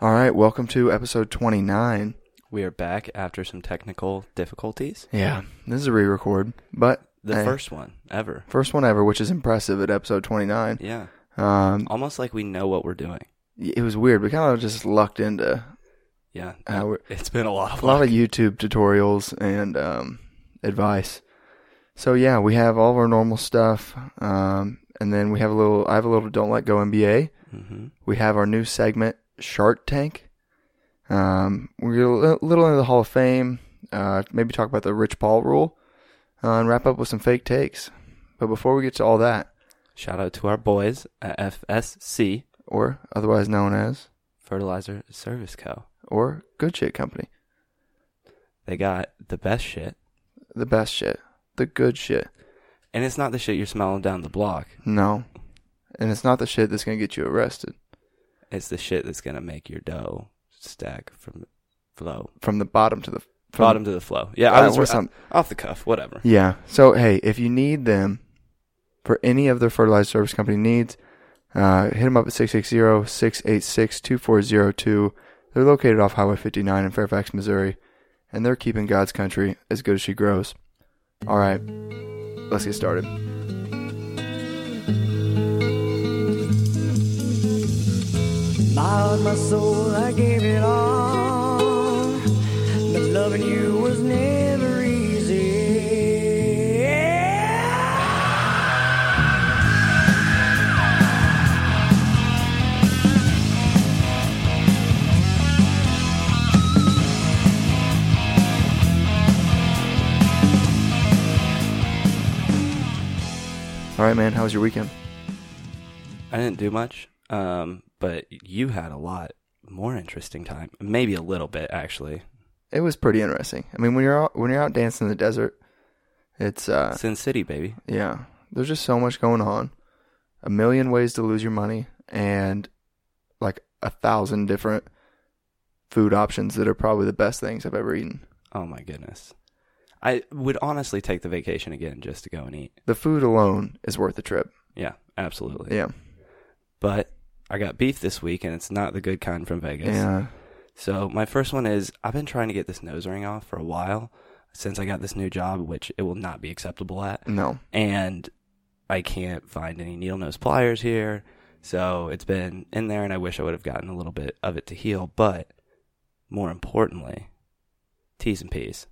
right, welcome to episode 29. We are back after some technical difficulties. Yeah, this is a re-record, but The eh, first one ever. first one ever, which is impressive at episode 29. Yeah. Um, Almost like we know what we're doing. it was weird. We kind of just lucked into Yeah. Uh, we're- it's been a lot of a lot luck. of YouTube tutorials and um, advice. So yeah, we have all of our normal stuff, um, and then we have a little. I have a little "Don't Let Go" MBA. hmm We have our new segment Shark Tank. Um, we're a li- little into the Hall of Fame. Uh, maybe talk about the Rich Paul rule, uh, and wrap up with some fake takes. But before we get to all that, Shout out to our boys at FSC, or otherwise known as, Fertilizer Service Co. or Good Shit Company, They got the best shit. the best shit, the good shit. And it's not the shit you're smelling down the block. No, and it's not the shit that's gonna get you arrested. It's the shit that's going to make your dough stack from the flow. from the bottom to the from, Bottom to the flow. Yeah, Uh, I was or I- some- off the cuff, whatever. Yeah. So hey, if you need them for any of their fertilizer service company needs, uh, hit them up at 660-686-2402. They're located off Highway 59 in Fairfax, Missouri, and they're keeping God's country as good as she grows. All right, let's get started. My heart, my soul, I gave it all. But loving you was never easy. All right, man. How was your weekend? I didn't do much, um, but you had a lot more interesting time. Maybe a little bit, actually. It was pretty interesting. I mean, when you're out, when you're out dancing in the desert, it's uh, Sin City, baby. Yeah. There's just so much going on. A million ways to lose your money and like a thousand different food options that are probably the best things I've ever eaten. Oh my goodness. I would honestly take the vacation again just to go and eat. The food alone is worth the trip. Yeah, absolutely. Yeah. But I got beef this week and it's not the good kind from Vegas. Yeah. So my first one is I've been trying to get this nose ring off for a while since I got this new job, which it will not be acceptable at. No. And I can't find any needle nose pliers here. So it's been in there and I wish I would have gotten a little bit of it to heal. But more importantly, T's and P's.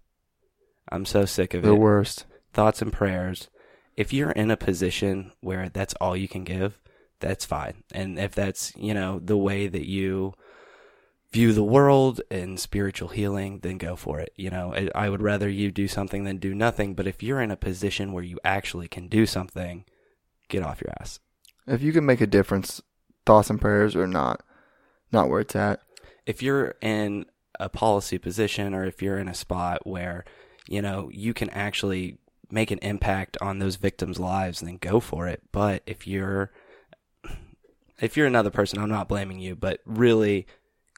I'm so sick of The it. worst. thoughts and prayers. If you're in a position where that's all you can give, that's fine. And if that's, you know, the way that you view the world and spiritual healing, then go for it. You know, I- I would rather you do something than do nothing. But if you're in a position where you actually can do something, get off your ass. If you can make a difference, thoughts and prayers are not not where it's at. if you're in a policy position or if you're in a spot where you know you can actually make an impact on those victims' lives then go for it but if you're if you're another person I'm not blaming you but really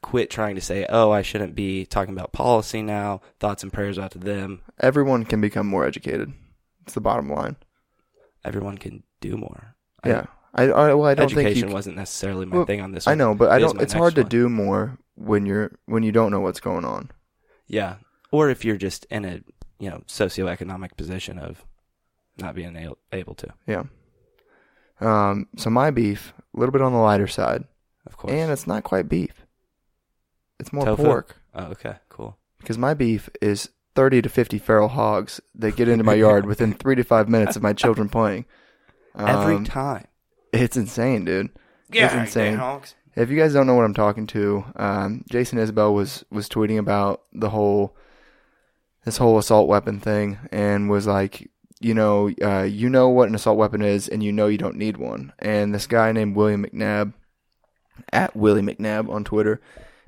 quit trying to say oh I shouldn't be talking about policy now thoughts and prayers out to them Everyone can become more educated. It's the bottom line. everyone can do more I- Yeah. I I, well, I don't think you education can- wasn't necessarily my Well, thing on this I one. know, but I It is don't my it's hard next to one. do more when you're when you don't know what's going on. Yeah. Or if you're just in a, you know, socioeconomic position of not being able, able to, Yeah. Um, so my beef, a little bit on the lighter side, of course. and it's not quite beef. It's more Tofu? pork Oh, okay, cool. because my beef is thirty to fifty feral hogs that get into my yard within three to five minutes of my children playing. Every Um, time. it's insane, dude. it's insane. honks. If you guys don't know what I'm talking to, um, Jason Isbell was was tweeting about the whole this whole assault weapon thing, and was like, you know, uh, you know what an assault weapon is, and you know you don't need one. And this guy named William McNabb at Willie McNabb on Twitter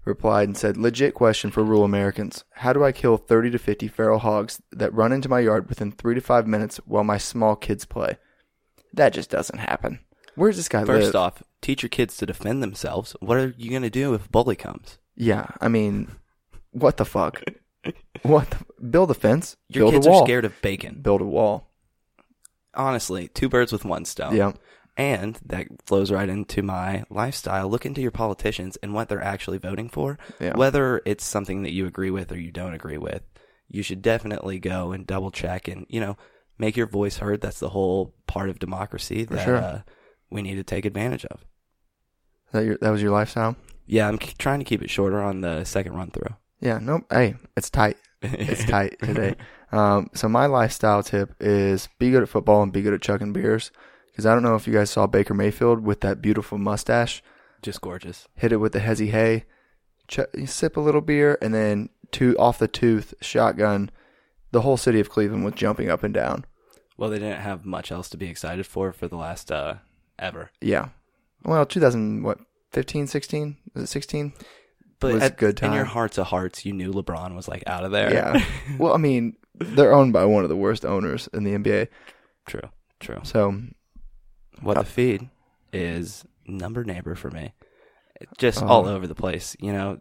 replied and said, "Legit question for rural Americans: How do I kill 30 to 50 feral hogs that run into my yard within three to five minutes while my small kids play? That just doesn't happen." Where's this guy First live? off, teach your kids to defend themselves. What are you going to do if a bully comes? Yeah, I mean, what the fuck? what? The, build a fence. Your build kids a wall. are scared of bacon. Build a wall. Honestly, two birds with one stone. Yeah. And that flows right into my lifestyle. Look into your politicians and what they're actually voting for. Yeah. Whether it's something that you agree with or you don't agree with, you should definitely go and double check and, you know, make your voice heard. That's the whole part of democracy that sure. uh, we need to take advantage of. That your, that was your lifestyle. Yeah, I'm k- trying to keep it shorter on the second run through. Yeah. Nope. Hey, it's tight. It's tight today. Um, so my lifestyle tip is be good at football and be good at chugging beers. Because I don't know if you guys saw Baker Mayfield with that beautiful mustache. Just gorgeous. hit it with the hezy hay, ch- sip a little beer, and then two off the tooth shotgun. The whole city of Cleveland was jumping up and down. Well, they didn't have much else to be excited for for the last uh, ever. Yeah. Well, 2000 what 15, 16? Was it 16? But Was at, good in your time. hearts of hearts, you knew LeBron was like out of there. Yeah. well, I mean, they're owned by one of the worst owners in the NBA. true, true. So, What the feed is number neighbor for me. It- Just all Oh. over the place. You know,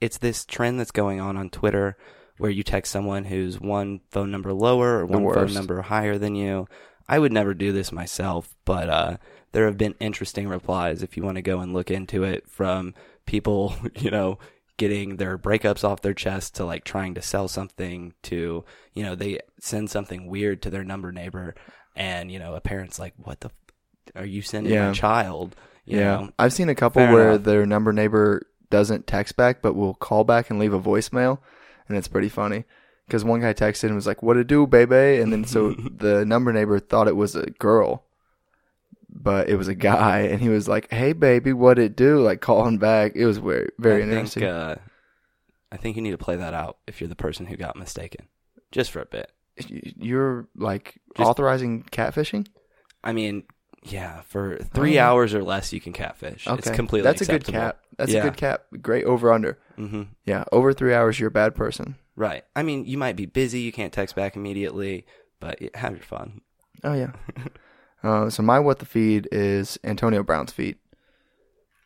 it's this trend that's going on on Twitter where you text someone who's one phone number lower or The one phone worst. number higher than you. I would never do this myself, but uh, there have been interesting replies if you want to go and look into it from people, you know, getting their breakups off their chest to like trying to sell something to, you know, they send something weird to their number neighbor and, you know, a parent's like, what the f- are you sending Yeah. my child? You yeah. know, I've seen a couple fair where enough. their number neighbor doesn't text back, but will call back and leave a voicemail. And it's pretty funny. Because one guy texted and was like, What to do, baby? And then so the number neighbor thought it was a girl, but it was a guy. And he was like, Hey, baby, what it do? Like calling back. It was very, very I interesting. Think, uh, I think you need to play that out if you're the person who got mistaken, just for a bit. Y- You're like Just- authorizing catfishing? I mean, yeah, for three Oh. hours or less, you can catfish. It's completely That's acceptable. a good cap. That's Yeah. a good cap. Great over under. hmm Yeah. Over three hours, you're a bad person. Right. I mean, you might be busy, you can't text back immediately, but y- have your fun. Oh yeah. uh, so my what the feed is Antonio Brown's feet.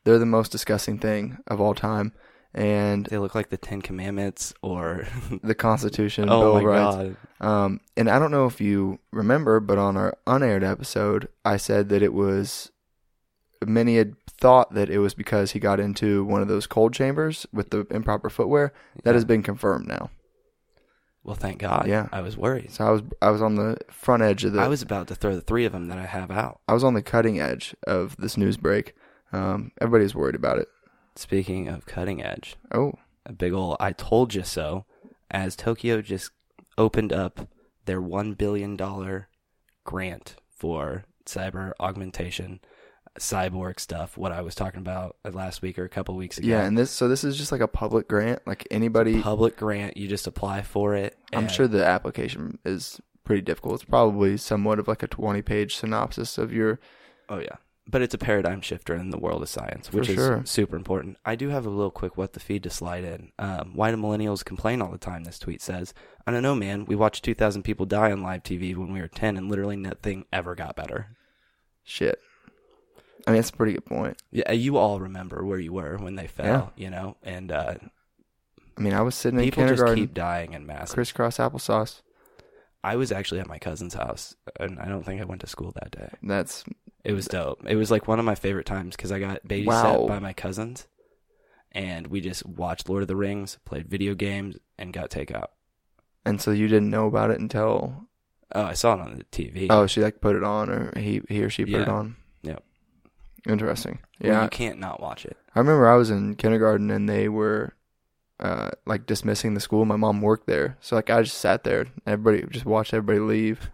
They're the most disgusting thing of all time, and They look like the Ten Commandments, or the Constitution, Bill oh my of Rights. god, Um, and I don't know if you remember, but on our unaired episode, I said that it was many had thought that it was because he got into one of those cold chambers with the improper footwear. That has been confirmed now. well, thank God. Yeah. I was worried. So I was I was on the front edge of the I was about to throw the three of them that I have out. I was on the cutting edge of this news break. Um, everybody was worried about it. Speaking of cutting edge, Oh, a big ol' I told you so as Tokyo just opened up their $1 billion grant for cyber augmentation, cyborg stuff, what I was talking about last week or a couple weeks ago. Yeah, and this so this is just like a public grant. Like anybody, Public grant, you just apply for it. I'm and sure the application is pretty difficult. It's probably somewhat of like a 20 page synopsis of your. Oh yeah, but it's a paradigm shifter in the world of science, which sure. is super important. I do have a little quick what the feed to slide in. Um, why do millennials complain all the time? This tweet says, "I don't know, man. We watched 2,000 people die on live TV when we were 10, and literally nothing ever got better." Shit, I mean that's a pretty good point. Yeah, uh, you all remember where you were when they fell, you know, and uh, I mean I was sitting in people just kindergarten, keep dying in mass. crisscross applesauce. I was actually at my cousin's house, and I don't think I went to school that day. That's It was dope. It was like one of my favorite times because I got babysat Wow. by my cousins, and we just watched Lord of the Rings, played video games, and got takeout. and so you didn't know about it until Oh, I saw it on the TV. oh she like put it on or he he or she put it Yeah. on. Yep. Interesting. Well, Yeah, you can't not watch it. I remember I was in kindergarten and they were uh, like dismissing the school. My mom worked there, so like I just sat there. and Everybody just watched everybody leave.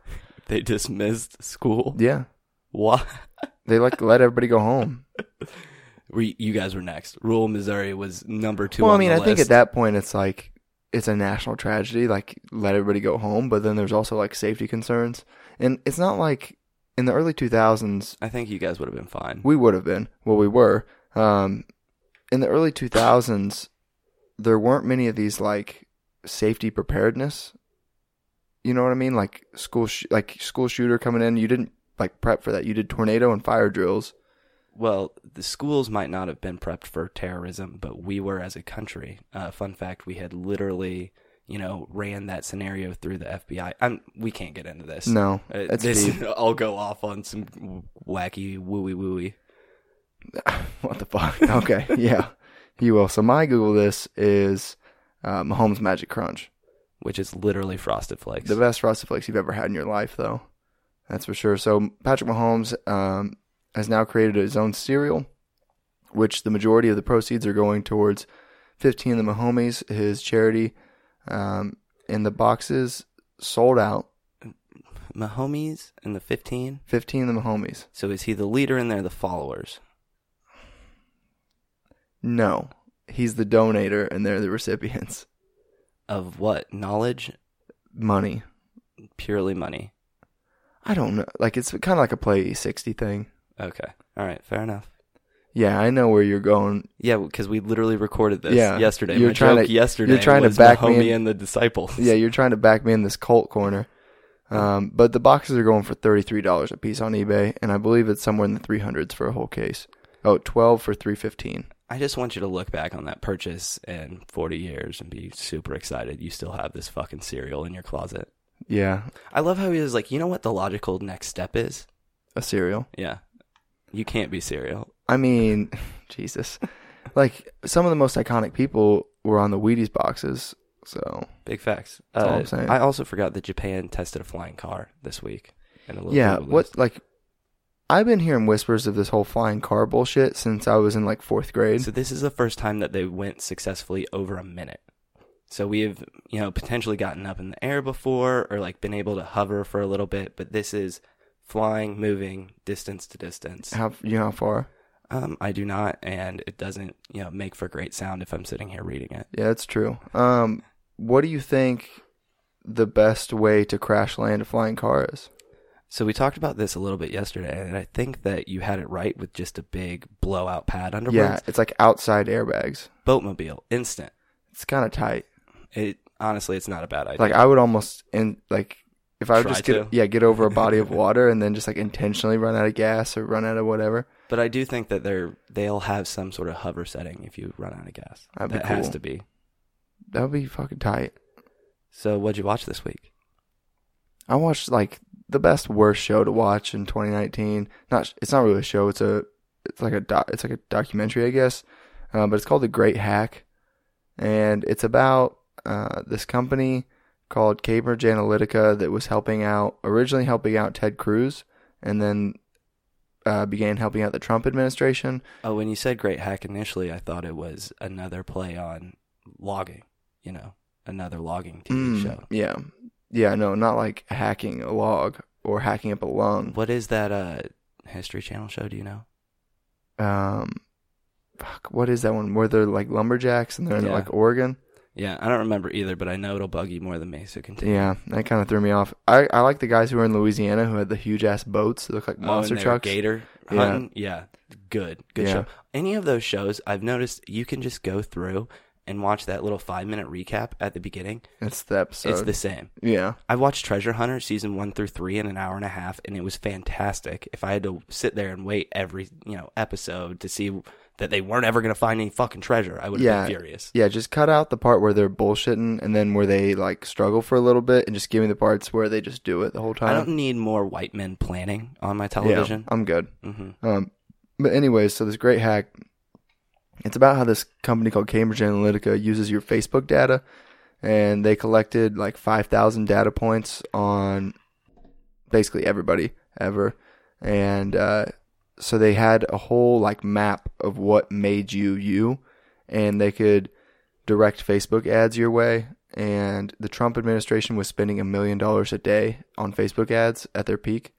They dismissed school. Yeah, Why? they like let everybody go home. We, you guys were next. Rural Missouri was number two. well, I on mean, the I think list. at that point it's like it's a national tragedy. Like let everybody go home, but then there's also like safety concerns, and it's not like in the early 2000s I think you guys would have been fine. we would have been well we were. Um, in the early 2000s, there weren't many of these like safety preparedness. You know what I mean? Like school, sh- like school shooter coming in. You didn't like prep for that. You did tornado and fire drills. Well, the schools might not have been prepped for terrorism, but we were as a country. Uh, fun fact: we had literally you know, ran that scenario through the FBI. I'm, we can't get into this. No, Uh, that's this deep. I'll go off on some wacky wooey wooey. what the fuck? Okay, yeah, you will. So my Google this is uh, Mahomes Magic Crunch, which is literally frosted flakes. the best Frosted Flakes you've ever had in your life, though. That's for sure. So Patrick Mahomes um, has now created his own cereal, which the majority of the proceeds are going towards 15 of the Mahomies, his charity, um, and the boxes sold out. Mahomes and the 15. 15 of the Mahomies. So is he the leader and they're the followers? No, he's the donator, and they're the recipients. Of what? Knowledge? Money. Purely money. I don't know. Like it's kind of like a play sixty thing. Okay. All right. Fair enough. Yeah, I know where you're going. Yeah, because we literally recorded this Yeah. yesterday. You're My trying joke to- yesterday you're trying to was back me Mahomey in- and the disciples. Yeah, you're trying to back me in this cult corner. Um, but the boxes are going for thirty three dollars a piece on eBay, and I believe it's somewhere in the three hundreds for a whole case. Oh, 12 for three fifteen. I just want you to look back on that purchase in 40 years and be super excited you still have this fucking cereal in your closet. Yeah, I love how he was like, you know what the logical next step is? a cereal. Yeah. You can't be cereal. I mean, Jesus, like some of the most iconic people were on the Wheaties boxes. So Big facts. That's all Uh, I'm saying. I also forgot that Japan tested a flying car this week. And a little yeah, Google what list. like I've been hearing whispers of this whole flying car bullshit since I was in like fourth grade. So this is the first time that they went successfully over a minute. So we have, you know, potentially gotten up in the air before or like been able to hover for a little bit, but this is flying, moving, distance to distance. How you know how far? Um, I do not, and it doesn't, you know, make for great sound if I'm sitting here reading it. Yeah, that's true. Um, what do you think the best way to crash land a flying car is? So we talked about this a little bit yesterday, and I think that you had it right with just a big blowout pad under Yeah, ones. it's like outside airbags. boatmobile, instant. It's kind of tight. It honestly, it's not a bad idea. Like I would almost in like if I would Try just get to. yeah get over a body of water and then just like intentionally run out of gas or run out of whatever. But I do think that they're they'll have some sort of hover setting if you run out of gas. That'd be that has cool. to be. That would be fucking tight. So what'd you watch this week? I watched like the best worst show to watch in 2019. Not it's not really a show. It's a it's like a doc, it's like a documentary, I guess. Uh, but it's called The Great Hack, and it's about uh, this company called Cambridge Analytica that was helping out originally helping out Ted Cruz, and then uh, began helping out the Trump administration. Oh, when you said great hack initially, I thought it was another play on logging. You know, another logging TV Mm, show. Yeah, yeah, no, not like hacking a log or hacking up a lung. What is that uh History Channel show? Do you know? um fuck, what is that one where they're like lumberjacks and they're in Yeah. like Oregon? Yeah, I don't remember either, but I know it'll bug you more than me. So continue. Yeah, that kind of threw me off. I, I like the guys who were in Louisiana who had the huge ass boats that look like Oh, and monster they were trucks. Gator Yeah. hunting. Yeah. Good. Good Yeah. show. Any of those shows, I've noticed you can just go through and watch that little five minute recap at the beginning. It's the episode. It's the same. yeah, I watched Treasure Hunter season one through three in an hour and a half, and it was fantastic. If I had to sit there and wait every you know episode to see that they weren't ever going to find any fucking treasure, I would have Yeah. been furious. yeah. Just cut out the part where they're bullshitting and then where they like struggle for a little bit, and just give me the parts where they just do it the whole time. I don't need more white men planning on Uh, my Yeah, television. I'm good. hmm Um, but anyways, so this great hack. It's about how this company called Cambridge Analytica uses your Facebook data, and they collected like five thousand data points on basically everybody ever, and uh, so they had a whole like map of what made you you, and they could direct Facebook ads your way. And the Trump administration was spending a million dollars a day on Facebook ads at their peak.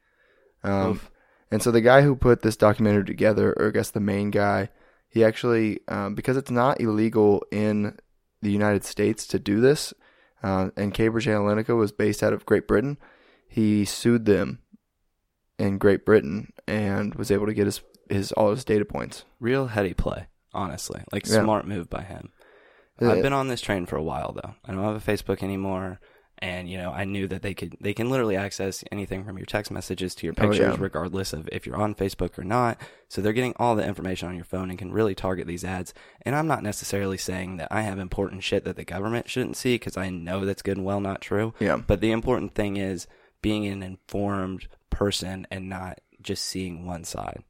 Um, Oof. and so the guy who put this documentary together, or I guess the main guy, he actually, um, because it's not illegal in the United States to do this, uh, and Cambridge Analytica was based out of Great Britain, he sued them in Great Britain and was able to get his, his all his data points. Real heady play, honestly. Like Yeah. smart move by him. Uh, I've been on this train for a while though. I don't have a Facebook anymore. And you know, I knew that they could they can literally access anything from your text messages to your Oh, yeah. pictures, regardless of if you're on Facebook or not. So they're getting all the information on your phone and can really target these ads. And I'm not necessarily saying that I have important shit that the government shouldn't see because I know that's good and well not true. Yeah. But the important thing is being an informed person and not just seeing one side.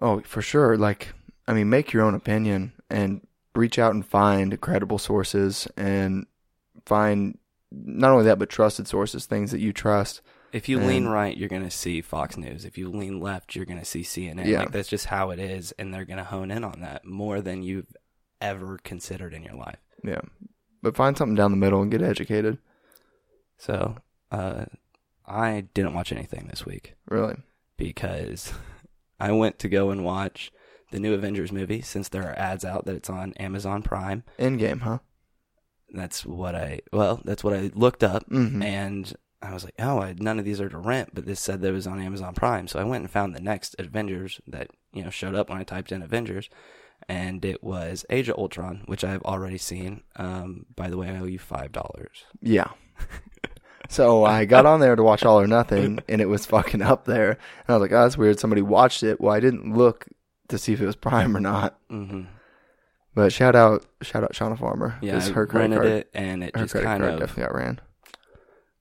Oh, for sure. Like, I mean, make your own opinion and reach out and find credible sources and find not only that, but trusted sources, things that you trust. If you lean And- right, you're going to see Fox News. If you lean left, you're going to see CNN. Yeah. Like that's just how it is, and they're going to hone in on that more than you've ever considered in your life. Yeah. But find something down the middle and get educated. So, uh, I didn't watch anything this week Really. because I went to go and watch the new Avengers movie since there are ads out that it's on Amazon Prime. End game, huh? That's what I well, that's what I looked up Mm-hmm. and I was like, oh, I, none of these are to rent, but this said that it was on Amazon Prime. So I went and found the next Avengers that you know showed up when I typed in Avengers, and it was Age of Ultron, which I've already seen. Um, by the way, I owe you five dollars. Yeah. so I got on there to watch All or Nothing, and it was fucking up there. And I was like, oh, that's weird. Somebody watched it. Well, I didn't look to see if it was Prime or not. Mm-hmm. But shout out, shout out Shauna Farmer. Yeah, 'cause I her credit rented card, it, and it her just credit kind card of definitely got ran.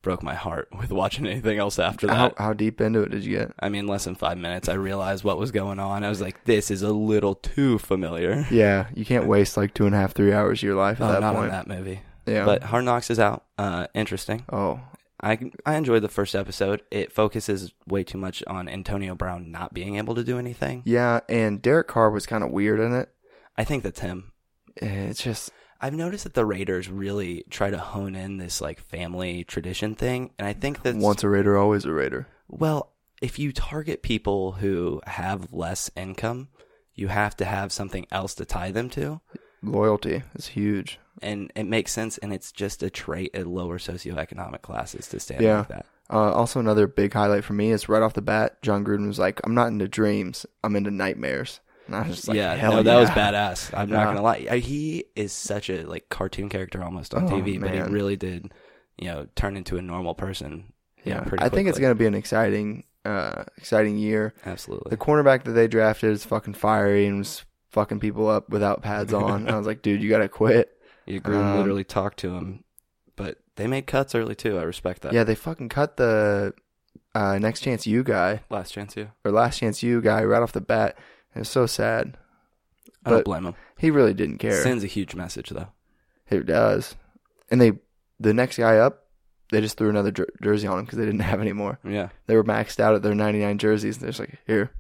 broke my heart with watching anything else after How, that. how deep into it did you get? I mean, less than five minutes, I realized what was going on. I was like, this is a little too familiar. Yeah, you can't waste like two and a half, three hours of your life at Oh, that not point. on that movie. Yeah. But Hard Knocks is out. Uh, interesting. oh, I I enjoyed the first episode. It focuses way too much on Antonio Brown not being able to do anything. yeah. And Derek Carr was kind of weird in it. I think that's him. It's just I've noticed that the Raiders really try to hone in this like family tradition thing, and I think that's once a Raider, always a Raider. well, if you target people who have less income, you have to have something else to tie them to, Loyalty is huge. and it makes sense. And it's just a trait at lower socioeconomic classes to stand Yeah. like that. Uh, also, another big highlight for me is right off the bat, John Gruden was like, "I'm not into dreams. I'm into nightmares." And I was just like, yeah, "Hell no, that yeah." was badass. I'm Yeah. not gonna lie. I- He is such a like cartoon character almost on Oh, TV, but he man. really did, you know, turn into a normal person. you know, Yeah, pretty I think it's quickly. gonna be an exciting, uh, exciting year. absolutely. The cornerback that they drafted is fucking fiery and was fucking people up without pads on. I was like, dude, you gotta quit. You grew um, literally talk to him, but they made cuts early too. I respect that. Yeah, they fucking cut the uh, next chance you guy last chance. Yeah, or last chance you guy right off the bat. It was so sad. I don't But- blame him. He really didn't care. Sends a huge message though. it does. And they, the next guy up, they just threw another jer- jersey on him because they didn't have any more. Yeah, They were maxed out at their 99 jerseys. And they're just like, here.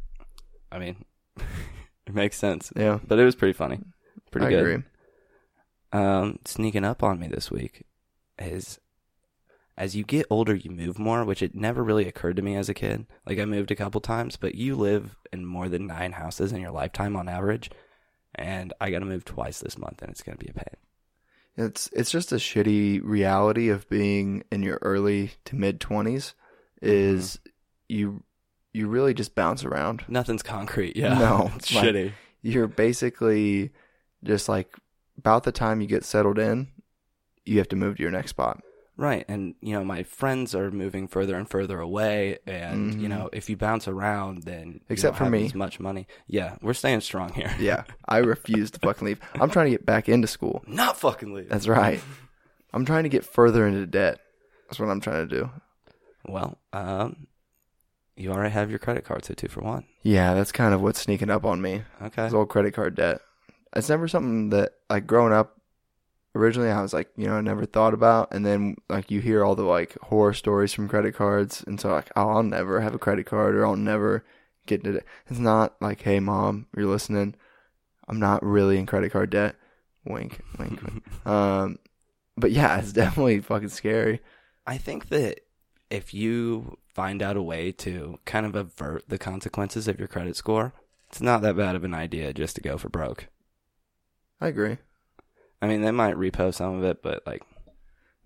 I mean, it makes sense, Yeah. but it was pretty funny, pretty I good. agree. um, sneaking up on me this week is as you get older, you move more, which it never really occurred to me as a kid. Like, I moved a couple times, but you live in more than nine houses in your lifetime on average. And I got to move twice this month, and it's going to be a pain. It's it's just a shitty reality of being in your early to mid 20s is Mm-hmm. you you really just bounce around. Nothing's concrete. Yeah. No, it's like- shitty. you're basically just like about the time you get settled in, you have to move to your next spot. Right. And, you know, my friends are moving further and further away. And, you Mhm. know, if you bounce around, then you Except don't for have me. as much money. Yeah. We're staying strong here. Yeah, I refuse to fucking leave. I'm trying to get back into school. Not fucking leave. That's right. I'm trying to get further into debt. That's what I'm trying to do. Well, um, you already have your credit card, so two for one. Yeah, that's kind of what's sneaking up on me. Okay. This old credit card debt. It's never something that like growing up. Originally, I was like, you know, I never thought about, and then like you hear all the like horror stories from credit cards, and so like, oh, I'll never have a credit card, or I'll never get into debt. It's not like, hey, mom, you're listening. I'm not really in credit card debt. Wink, wink. wink. Um, but yeah, it's definitely fucking scary. I think that if you find out a way to kind of avert the consequences of your credit score, it's not that bad of an idea just to go for broke. I agree. I mean, they might repo some of it, but like,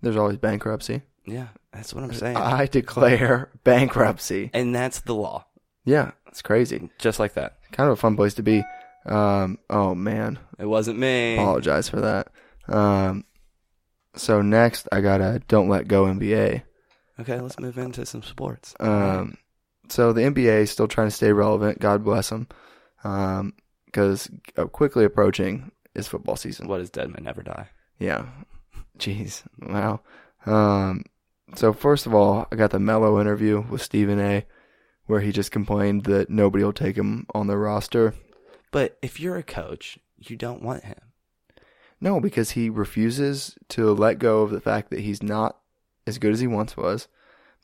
There's always bankruptcy. yeah, that's what I'm saying. Uh, I declare bankruptcy. and that's the law, Yeah, it's crazy. just like that. kind of a fun place to be. Um, oh man, It wasn't me. apologize for that. Um, So next, I got a don't let go NBA. Okay, let's move into some sports. Um, so the NBA is still trying to stay relevant. God bless them, because uh, quickly approaching is football season. what does Deadman never die? Yeah, jeez, wow. Um, so first of all, I got the Mello interview with Stephen A, where he just complained that nobody will take him on their roster. But if you're a coach, you don't want him. No, because he refuses to let go of the fact that he's not as good as he once was,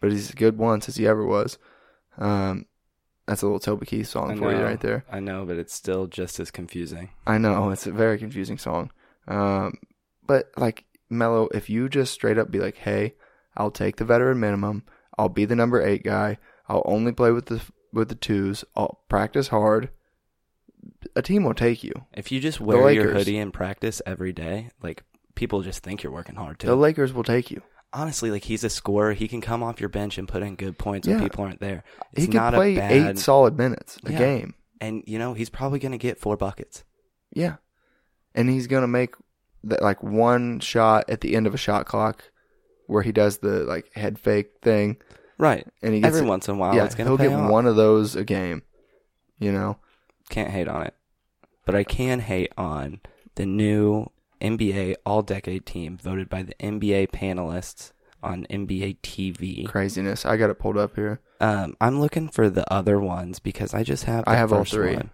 but he's as good once as he ever was. Um, that's a little Toby Keith I song for you know. right there. I know, but it's still just as confusing. I know it's a very confusing song, um, but like Mello, if you just straight up be like, "Hey, I'll take the veteran minimum. I'll be the number eight guy. I'll only play with the with the twos. I'll practice hard." A team will take you. If you just wear your Lakers. hoodie in practice every day, like people just think you're working hard too. The Lakers will take you. Honestly, like he's a scorer, he can come off your bench and put in good points when Yeah. people aren't there. It's He can not play a bad, eight solid minutes a Yeah. game. and you know he's probably going to get four buckets. Yeah, and he's gonna make that like one shot at the end of a shot clock, where he does the like head fake thing, Right. and he gets Every once in a while, yeah, it's going he'll to pay get off. one of those a game. You know, Can't hate on it, but I can hate on the new NBA All-Decade team voted by the NBA panelists on NBA TV. craziness. I got it pulled up here. Um, I'm looking for the other ones because I just have. The I have all first three. One.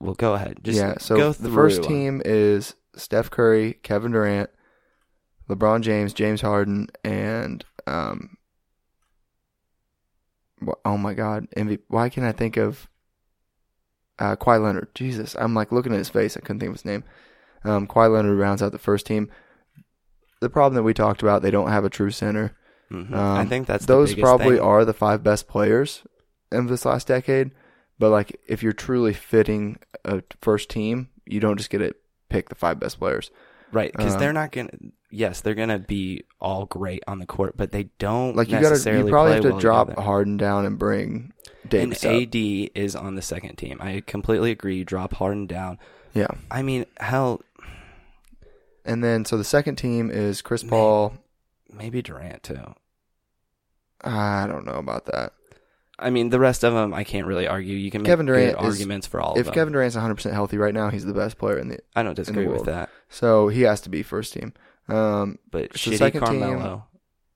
Well, go ahead. Just yeah, so go the first through. team is Steph Curry, Kevin Durant, LeBron James, James Harden, and um. wh- Oh my God! MV, why can I think of uh, Kawhi Leonard? Jesus, I'm like looking at his face. I couldn't think of his name. Um, Kawhi Leonard rounds out the first team. The problem that we talked about, they don't have a true center. Mhm. I Um, think that's the those biggest probably thing. are the five best players of this last decade. But like, if you're truly fitting a first team, you don't just get to pick the five best players. right because um, they're not gonna. Yes, they're gonna be all great on the court, but they don't Like you got to, necessarily you probably play have to well drop together. Harden down and bring And Davis up. AD is on the second team. I completely agree. You drop Harden down. Yeah, I mean, hell, and then so the second team is Chris Man. Paul. maybe Durant too. I don't know about that. I mean, the rest of them, I can't really argue. You can make Kevin Durant good is- arguments for all of If them. Kevin Durant's 100 percent healthy right now, he's the best player in the. I don't disagree with world. that, So he has to be first team. Um, but So shitty second team- Carmelo.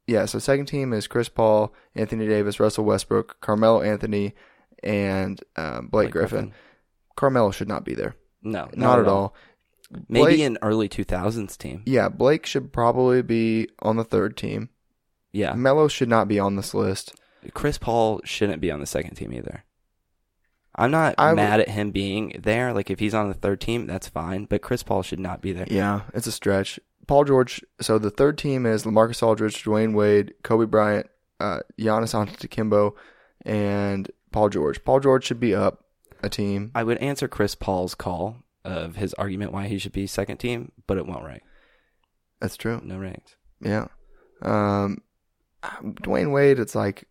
yeah, so second team is Chris Paul, Anthony Davis, Russell Westbrook, Carmelo Anthony, and um, Blake, Blake Griffin. Carmelo should not be there. No, Not, at all. Maybe Blake- an early 2000s team. Yeah, Blake should probably be on the third team. Yeah. Melo should not be on this list. Chris Paul shouldn't be on the second team either. I'm not I w- mad at him being there. Like, if he's on the third team, that's fine. But Chris Paul should not be there. Yeah, it's a stretch. Paul George. So the third team is Lamarcus Aldridge, Dwayne Wade, Kobe Bryant, uh, Giannis Antetokounmpo, and Paul George. Paul George should be up a team. I would answer Chris Paul's call of his argument why he should be second team, but it won't rank. That's true. No ranks. Yeah. Um, Dwayne Wade, it's like,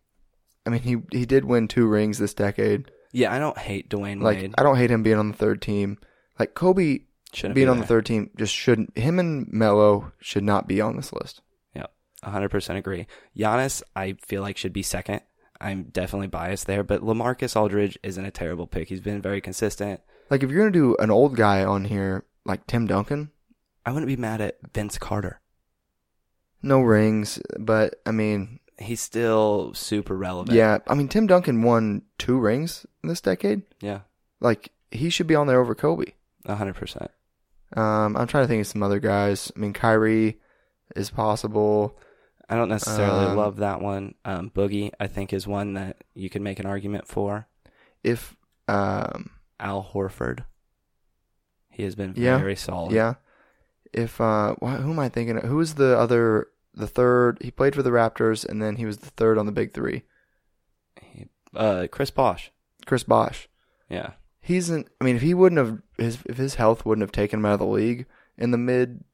I mean, he he did win two rings this decade. Yeah, I don't hate Dwayne Like, Wade. I don't hate him being on the third team. Like Kobe Shouldn't being be on the there. third team just shouldn't. Him and Melo should not be on this list. Yeah, 100% agree. Giannis, I feel like should be second. I'm definitely biased there, but LaMarcus Aldridge isn't a terrible pick. He's been very consistent. Like if you're gonna do an old guy on here, like Tim Duncan, I wouldn't be mad at Vince Carter. no rings, but I mean, He's still super relevant. yeah, I mean Tim Duncan won two rings this decade. Yeah. Like he should be on there over Kobe. A hundred percent. Um, I'm trying to think of some other guys. I mean Kyrie is possible. I don't necessarily Um, love that one. Um, Boogie, I think, is one that you can make an argument for. if um Al Horford. He has been Yeah. very solid. yeah if uh wh- who am i thinking of who was the other the third he played for the raptors and then he was the third on the big three He- uh, Chris Bosch. chris Bosh. Yeah. he's an i mean if he wouldn't have his if his health wouldn't have taken him out of the league in the mid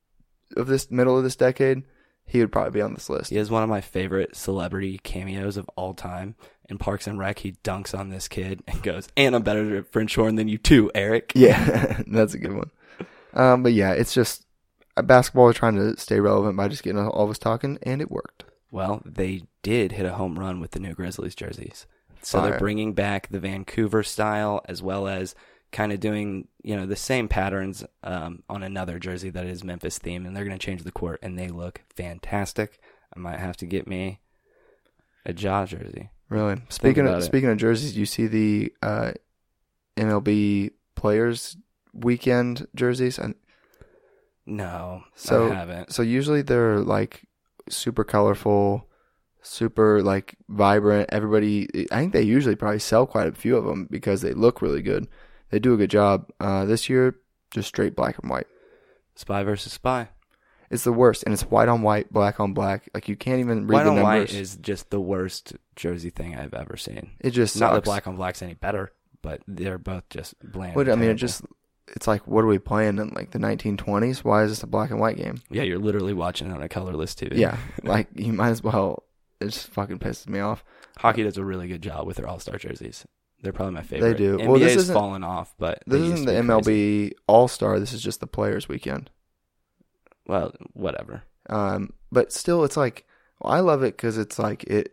of this middle of this decade he would probably be on this list He is one of my favorite celebrity cameos of all time. In Parks and Rec, he dunks on this kid and goes, "And I'm better at French horn than you too, Eric." yeah that's a good one um but yeah it's just basketball was trying to stay relevant by just getting all of us talking, and it worked. Well, they did hit a home run with the new Grizzlies jerseys. So they're Fire. bringing back the Vancouver style as well as kind of doing, you know, the same patterns um, on another jersey that is Memphis themed. And they're going to change the court and they look fantastic. I might have to get me a Jaw jersey. Really. Speaking about of, it. speaking of jerseys, you see the uh, MLB players weekend jerseys, and No, So- I haven't. so usually they're like super colorful, super like vibrant. Everybody, I think they usually probably sell quite a few of them because they look really good. They do a good job. Uh, this year, just straight black and white. Spy versus spy. It's the worst, and it's white on white, black on black. Like you can't even read White the on numbers. white is just the worst jersey thing I've ever seen. it just Not that sucks. black on black's any better, but they're both just bland. What, I and mean, it terrible. just it's like what are we playing in like the 1920s? Why is this a black and white game? Yeah, you're literally watching it on a colorless TV. Yeah, like you might as well. It just fucking pisses me off. Hockey does a really good job with their All Star jerseys. They're probably my favorite. do. NBA's Well, this isn't- fallen off, but they This used isn't the to be crazy. MLB All Star. This is just the Players Weekend. Well, whatever. Um, but still, it's like well, I love it because it's like it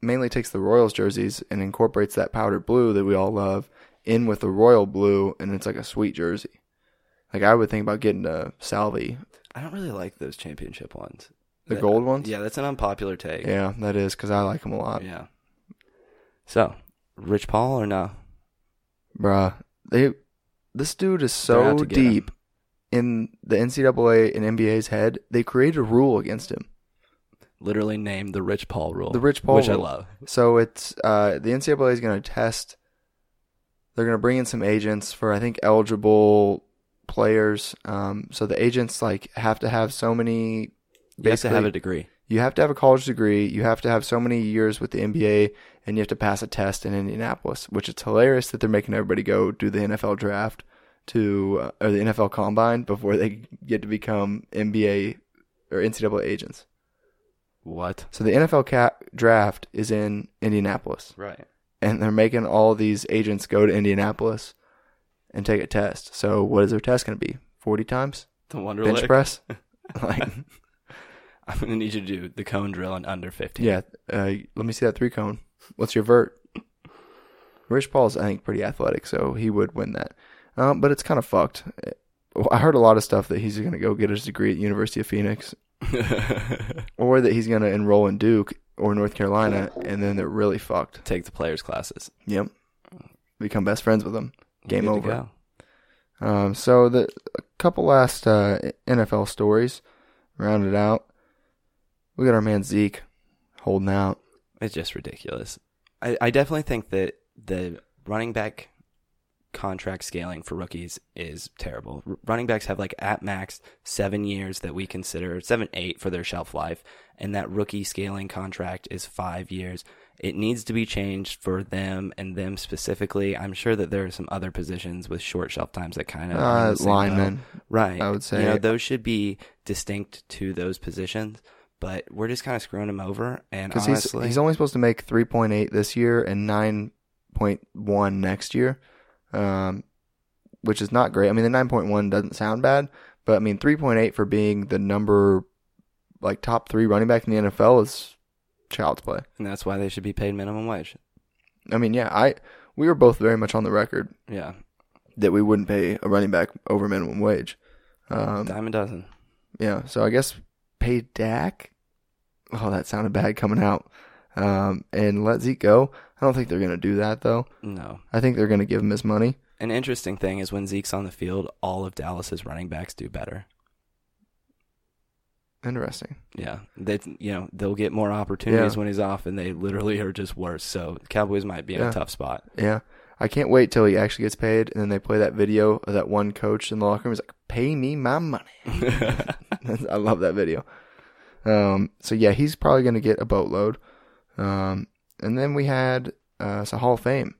mainly takes the Royals jerseys and incorporates that powder blue that we all love in with the royal blue, and it's like a sweet jersey. Like I would think about getting a Salvi, I don't really like those championship ones. the That- gold ones. Yeah, that's an unpopular take. yeah, that is because I like them a lot, Yeah. So, Rich Paul or no? bruh. They, this dude is They're so out to get him. deep in the NCAA and NBA's head. They created a rule against him. Literally named the Rich Paul rule. The Rich Paul which rule. I love. So it's uh, the NCAA is going to test. They're going to bring in some agents for I think eligible players. Um, so the agents like have to have so many. You have to basically- have a degree. you have to have a college degree. You have to have so many years with the NBA, and you have to pass a test in Indianapolis, which is hilarious that they're making everybody go do the NFL draft to uh, or the NFL combine before they get to become NBA or NCAA agents. What? So the NFL ca- draft is in Indianapolis Right. and they're making all these agents go to Indianapolis and take a test. So what is their test going to be? 40 times? The Wonder Bench Lick. press? like, I'm gonna need you to do the cone drill in under 15. yeah, uh, let me see that three cone. What's your vert? Rich Paul's, I think, pretty athletic, so he would win that. Um, but it's kind of fucked. Uh, I heard a lot of stuff that he's going to go get his degree at University of Phoenix or that he's going to enroll in Duke or North Carolina, and then they're really fucked. Take the players' classes. Yep. Become best friends with them. Game Good to over. go. Um, so the a couple last uh, NFL stories rounded out. We got our man Zeke holding out. It's just ridiculous. I, I definitely think that the running back contract scaling for rookies is terrible. R- running backs have like at max seven years that we consider seven, eight for their shelf life. And that rookie scaling contract is five years. It needs to be changed for them and them specifically. I'm sure that there are some other positions with short shelf times that kind of are in Uh, the same boat. lineman. Right. I would say- You know, those should be distinct to those positions, but we're just kind of screwing them over. And Because he's, honestly, he's only supposed to make 3.8 this year and 9.1 next year, um, which is not great. I mean, the 9.1 doesn't sound bad, but I mean, 3.8 for being the number, like, top three running back in the NFL is child's play. and that's why they should be paid minimum wage. I mean, yeah, I we were both very much on the record Yeah, that we wouldn't pay a running back over minimum wage. Um, dime a dozen. yeah, so I guess pay Dak. Oh, that sounded bad coming out. Um, and let Zeke go. I don't think they're gonna do that though. No. I think they're gonna give him his money. An interesting thing is when Zeke's on the field, all of Dallas's running backs do better. Interesting. Yeah, that you know they'll get more opportunities Yeah. when he's off, and they literally are just worse. So the Cowboys might be in Yeah. a tough spot. Yeah, I can't wait till he actually gets paid, and then they play that video of that one coach in the locker room. He's like, "Pay me my money." I love that video. Um, so yeah, he's probably going to get a boatload. Um, and then we had uh, so Hall of Fame.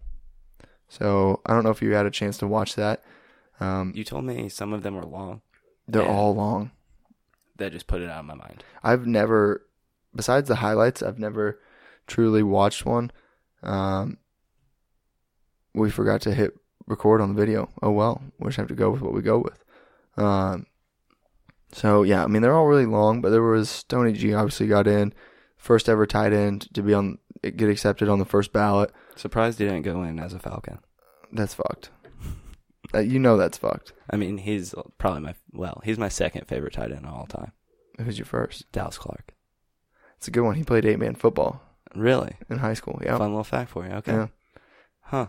So I don't know if you had a chance to watch that. Um, you told me some of them were long. they're Yeah. all long. That just put it out of my mind. I've never, besides the highlights, I've never truly watched one. Um, we forgot to hit record on the video. Oh well, we'll just have to go with what we go with. Um, So yeah, I mean they're all really long, but there was Stoney G obviously got in, first ever tight end to be on get accepted on the first ballot. Surprised he didn't go in as a Falcon. That's fucked. Uh, you know that's fucked. I mean, he's probably my well, he's my second favorite tight end of all time. Who's your first? Dallas Clark. It's a good one. He played eight man football Really in high school. Yeah, fun little fact for you. Okay, yeah. huh?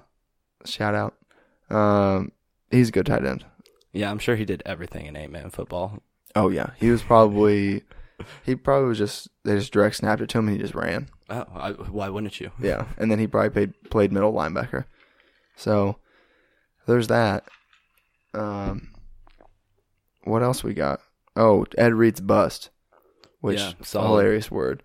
Shout out. Um, he's a good tight end. Yeah, I'm sure he did everything in eight man football. Oh yeah, he was probably. he probably was just they just direct snapped it to him and he just ran. Oh, I, why wouldn't you? Yeah, and then he probably played played middle linebacker. So there's that. Um, what else we got? Oh, Ed Reed's bust, which Yeah, is a solid. hilarious word.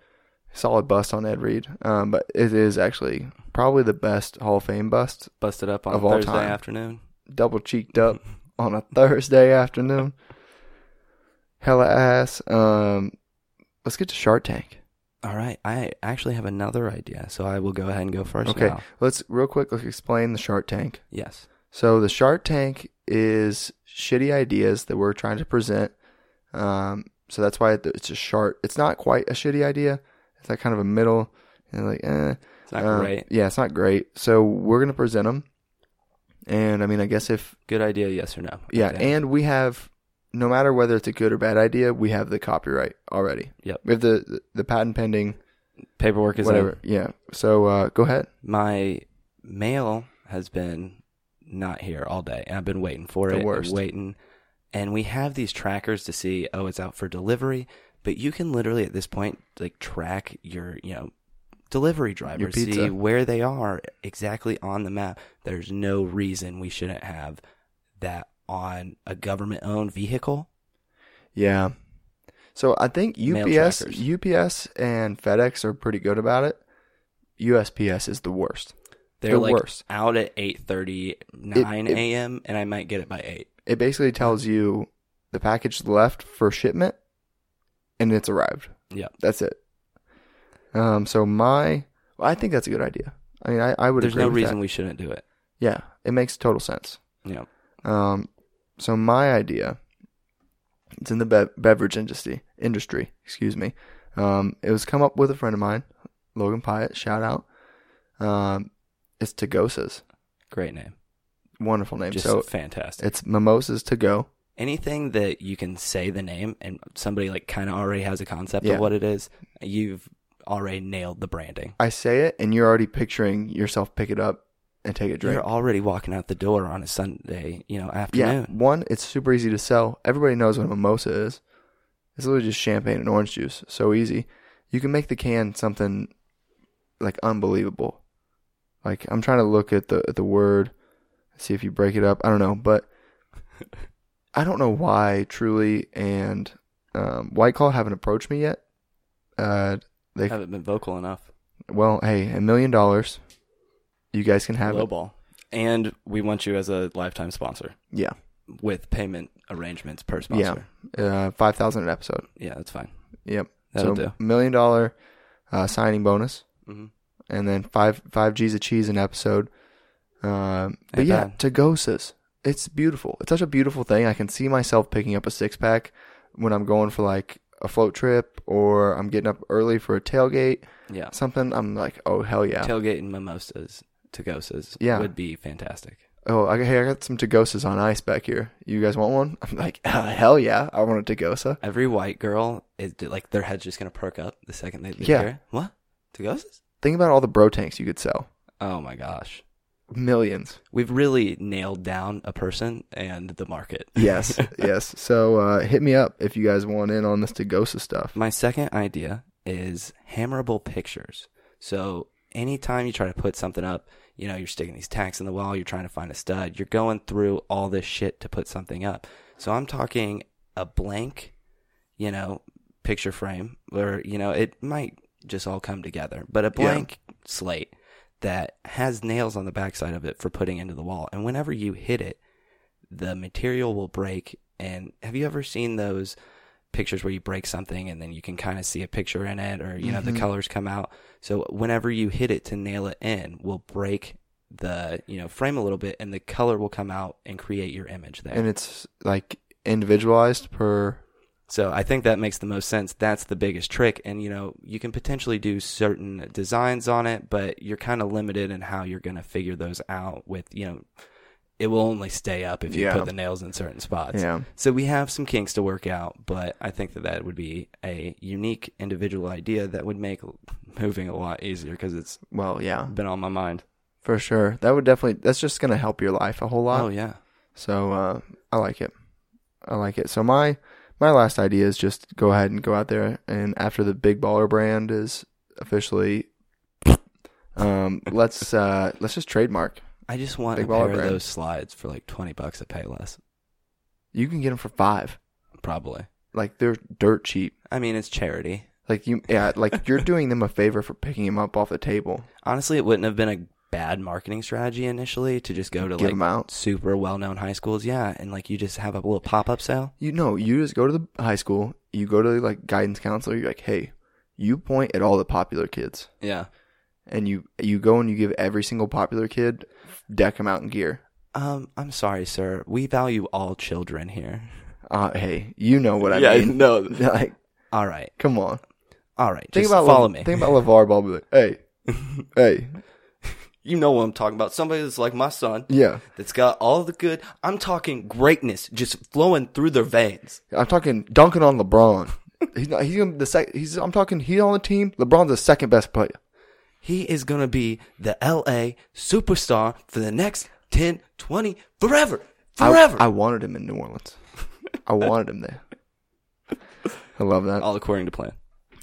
Solid bust on Ed Reed, um, but it is actually probably the best Hall of Fame bust. Busted up on Of a all Thursday time. afternoon. Double cheeked up on a Thursday afternoon. Hella ass. Um, let's get to Shark Tank. All right, I actually have another idea, so I will go ahead and go first. Okay. now. Let's real quick let's explain the Shark Tank. Yes. So the Shark Tank is shitty ideas that we're trying to present. Um, so that's why it's a shark. It's not quite a shitty idea. It's like kind of a middle and like eh. It's not Um, great. Yeah, it's not great. So we're gonna present them, and I mean, I guess if Good idea, yes or no? yeah, Okay. and we have no matter whether it's a good or bad idea, we have the copyright already. Yep. We have the the patent pending paperwork is whatever. in. Yeah. So uh, go ahead. My mail has been not here all day, and I've been waiting for The it, worst. waiting. And we have these trackers to see, oh, it's out for delivery, but you can literally at this point like track your, you know, delivery driver, see pizza. where they are exactly on the map. There's no reason we shouldn't have that on a government-owned vehicle. Yeah. So I think Mail UPS, trackers. UPS, and FedEx are pretty good about it. USPS is the worst. They're The like worst. out at 8:30, 9 it- a.m., and I might get it by 8. It basically tells you the package left for shipment, and it's arrived. Yeah. That's it. Um. So my, I think that's a good idea. I mean, I, I would There's agree no with that. reason we shouldn't do it. Yeah, it makes total sense. Yeah. Um, so my idea, it's in the be- beverage industry. Industry, excuse me. Um, it was come up with a friend of mine, Logan Pyatt. Shout out. Um, it's Tagosas, Great name. wonderful name. Just so fantastic. it's mimosas to go. Anything that you can say the name and somebody like kind of already has a concept Yeah. of what it is, you've already nailed the branding. I say it, and you're already picturing yourself pick it up and take a drink. You're already walking out the door on a Sunday, you know, Yeah, afternoon. one, it's super easy to sell. Everybody knows what a mimosa is. It's literally just champagne and orange juice. So easy. You can make the can something like unbelievable. Like I'm trying to look at the at the word, see if you break it up. I don't know, but I don't know why Truly and um, White Claw haven't approached me yet. Uh, they Haven't been vocal enough. well, hey, a million dollars, you guys can have it. Lowball. And we want you as a lifetime sponsor Yeah, with payment arrangements per sponsor. uh, five thousand an episode. Yeah, that's fine. Yep. That'll so do. million dollar uh, signing bonus, Mhm. and then five five G's of cheese an episode. Um, but Ain't yeah, bad. Tagosas. It's beautiful. It's such a beautiful thing. I can see myself picking up a six pack when I'm going for like a float trip or I'm getting up early for a tailgate. Yeah. Something. I'm like, oh hell yeah. Tailgate and mimosas, tacosas Yeah. would be fantastic. oh, I, hey, I got some Tagosas on ice back here. You guys want one? I'm like, hell yeah, I want a Tagosa. Every white girl is like their head's just gonna perk up the second they, they Yeah. hear it. What? Tacosas? Think about all the bro tanks you could sell. Oh my gosh. Millions. We've really nailed down a person and the market. yes, yes. So uh, hit me up if you guys want in on this Tagosa stuff. My second idea is hammerable pictures. So anytime you try to put something up, you know, you're sticking these tacks in the wall, you're trying to find a stud, you're going through all this shit to put something up. So I'm talking a blank, you know, picture frame where, you know, it might just all come together, but a blank slate that has nails on the backside of it for putting into the wall. And whenever you hit it, the material will break. And have you ever seen those pictures where you break something and then you can kind of see a picture in it or, you know, the colors come out? So whenever you hit it to nail it in will break the, you know, frame a little bit and the color will come out and create your image there. And it's like individualized per So I think that makes the most sense. That's the biggest trick. And, you know, you can potentially do certain designs on it, but you're kind of limited in how you're going to figure those out with, you know, it will only stay up if you Yeah. put the nails in certain spots. Yeah. So we have some kinks to work out, but I think that that would be a unique individual idea that would make moving a lot easier because it's Well, yeah, been on my mind. for sure. That would definitely. That's just gonna help your life a whole lot. Oh, yeah. So uh, I like it. I like it. So my my last idea is just go ahead and go out there and after the big baller brand is officially, um, let's uh, let's just trademark. I just want Big a pair baller brand. of those slides for like 20 bucks at Payless, You can get them for five. probably. Like they're dirt cheap. I mean, it's charity. Like you, yeah. Like you're doing them a favor for picking them up off the table. honestly, it wouldn't have been a bad marketing strategy initially to just go to Give like them out. super well known high schools. Yeah. And like you just have a little pop up sale. You know, you just go to the high school. You go to like guidance counselor. You're like, hey, you point at all the popular kids, Yeah. and you you go and you give every single popular kid deck them out in gear. Um, I'm sorry, sir. We value all children here. Uh, hey, you know what I mean. no. Like, All right. come on. All right. Think just about follow Le- me. Think about LeVar Ball. Be like, hey, hey, you know what I'm talking about. Somebody that's like my son yeah. that's got all the good. I'm talking greatness just flowing through their veins. I'm talking dunking on LeBron. He's not, he's gonna the sec- he's I'm talking he's on the team. LeBron's the second best player. He is going to be the LA superstar for the next 10, 20, forever. I- Forever. I, wanted him in New Orleans. I wanted him there. I love that. all according to plan.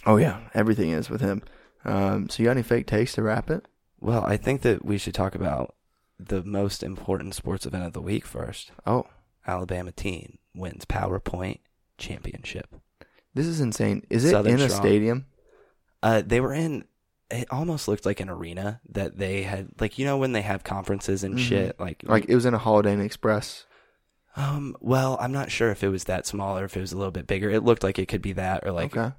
Oh yeah, everything is with him. Um, so you got any fake takes to wrap it? Well, I think that we should talk about the most important sports event of the week first. Oh, Alabama teen wins PowerPoint championship. this is insane. Is it Southern in a Charm. stadium? Uh, they were in. It almost looked like an arena that they had, like you know, when they have conferences and Mhm. shit. Like, Like it was in a Holiday Inn Express. um, well, I'm not sure if it was that small or if it was a little bit bigger. It looked like it could be that, or like okay.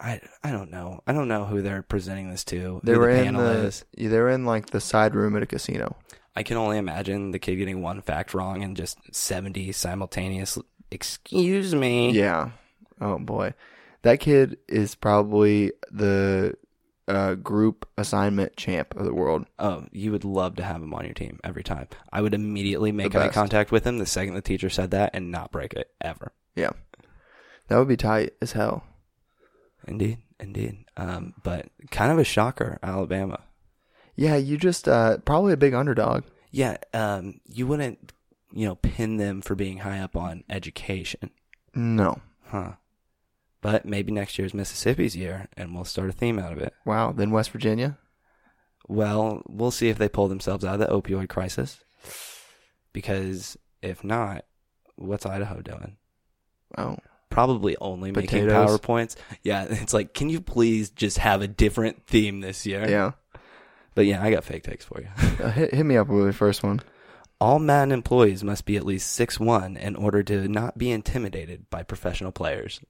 I, I don't know. I don't know who they're presenting this to. They who were the in panel the is. yeah, they were in like the side room at a casino. I can only imagine the kid getting one fact wrong and just 70 simultaneous. Excuse me. Yeah. Oh boy, that kid is probably the uh, group assignment champ of the world. Oh, you would love to have him on your team every time. I would immediately make The eye best. contact with him the second the teacher said that and not break it ever. Yeah, that would be tight as hell. Indeed, indeed. Um, but kind of a shocker, Alabama. Yeah, you just uh, probably a big underdog. Yeah, um, you wouldn't, you know, pin them for being high up on education, No, huh? But maybe next year's Mississippi's year, and we'll start a theme out of it. wow. Then West Virginia. Well, we'll see if they pull themselves out of the opioid crisis. Because if not, what's Idaho doing? Oh, probably only making Potatoes. PowerPoints. Yeah, it's like, can you please just have a different theme this year? yeah. But yeah, I got fake takes for you. Uh, hit, hit me up with the first one. All Madden employees must be at least six one in order to not be intimidated by professional players.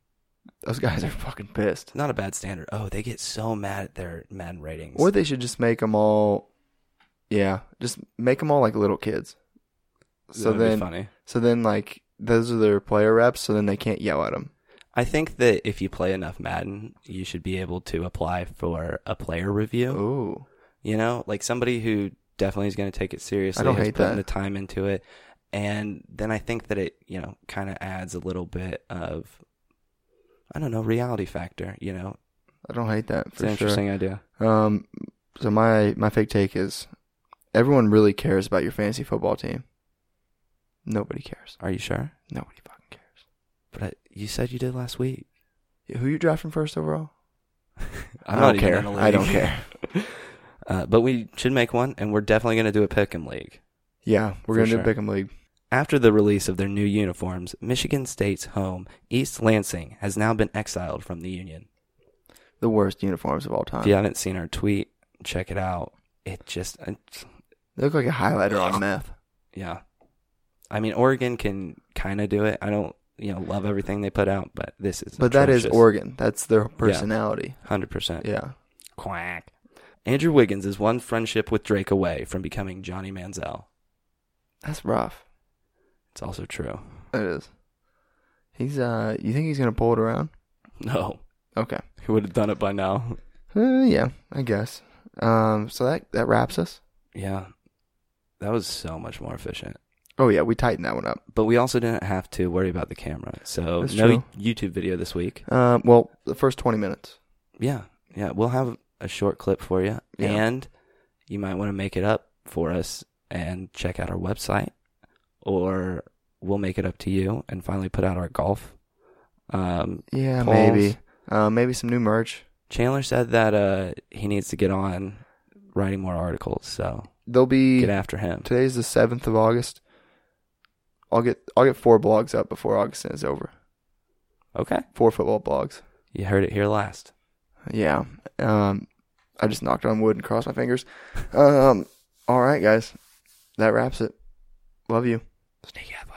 Those guys are fucking pissed. It's not a bad standard. Oh, they get so mad at their Madden ratings. Or they should just make them all. Yeah, just make them all like little kids. So That would be then, funny. so then, like those are their player reps. So then they can't yell at them. I think that if you play enough Madden, you should be able to apply for a player review. Ooh. You know, like somebody who definitely is going to take it seriously. I don't has hate putting that. the time into it, and then I think that it, you know, kind of adds a little bit of, I don't know, reality factor. You know, I don't hate that it's for an sure. interesting idea. Um, so my my fake take is, everyone really cares about your fantasy football team. Nobody cares. Are you sure? Nobody fucking cares. But I, you said you did last week. Who you drafting first overall? I I'm not don't even care. in a I don't league. care. Uh, but we should make one, and we're definitely going to do a pick'em league. Yeah, we're For gonna do sure. a pick'em league. After the release of their new uniforms, Michigan State's home, East Lansing, has now been exiled from the Union. The worst uniforms of all time. If you haven't seen our tweet, check it out. It just, it's- they look like a highlighter on meth. yeah. I mean, Oregon can kind of do it. I don't, you know, love everything they put out, but this is. But that is atrocious. Oregon. That's their personality. 100%. Yeah. Quack. Andrew Wiggins is one friendship with Drake away from becoming Johnny Manziel. that's rough. It's also true. It is. He's uh, you think he's gonna pull it around? No, Okay. he would have done it by now. Uh, yeah, I guess. Um, so that that wraps us. Yeah, that was so much more efficient. Oh yeah, we tightened that one up. But we also didn't have to worry about the camera. So That's no YouTube video this week. Um, well, the first twenty minutes. Yeah, yeah, we'll have a short clip for you, Yeah. and you might want to make it up for us and check out our website, or we'll make it up to you and finally put out our golf. Um, Yeah, Polls. maybe. Uh, maybe some new merch. Chandler said that uh, he needs to get on writing more articles, so There'll be get after him. today's the seventh of August. I'll get I'll get four blogs up before August is over. Okay, Four football blogs. you heard it here last. Yeah. Um, I just knocked on wood and crossed my fingers. Um, all right, guys, that wraps it. Love you. Sneaky athletic.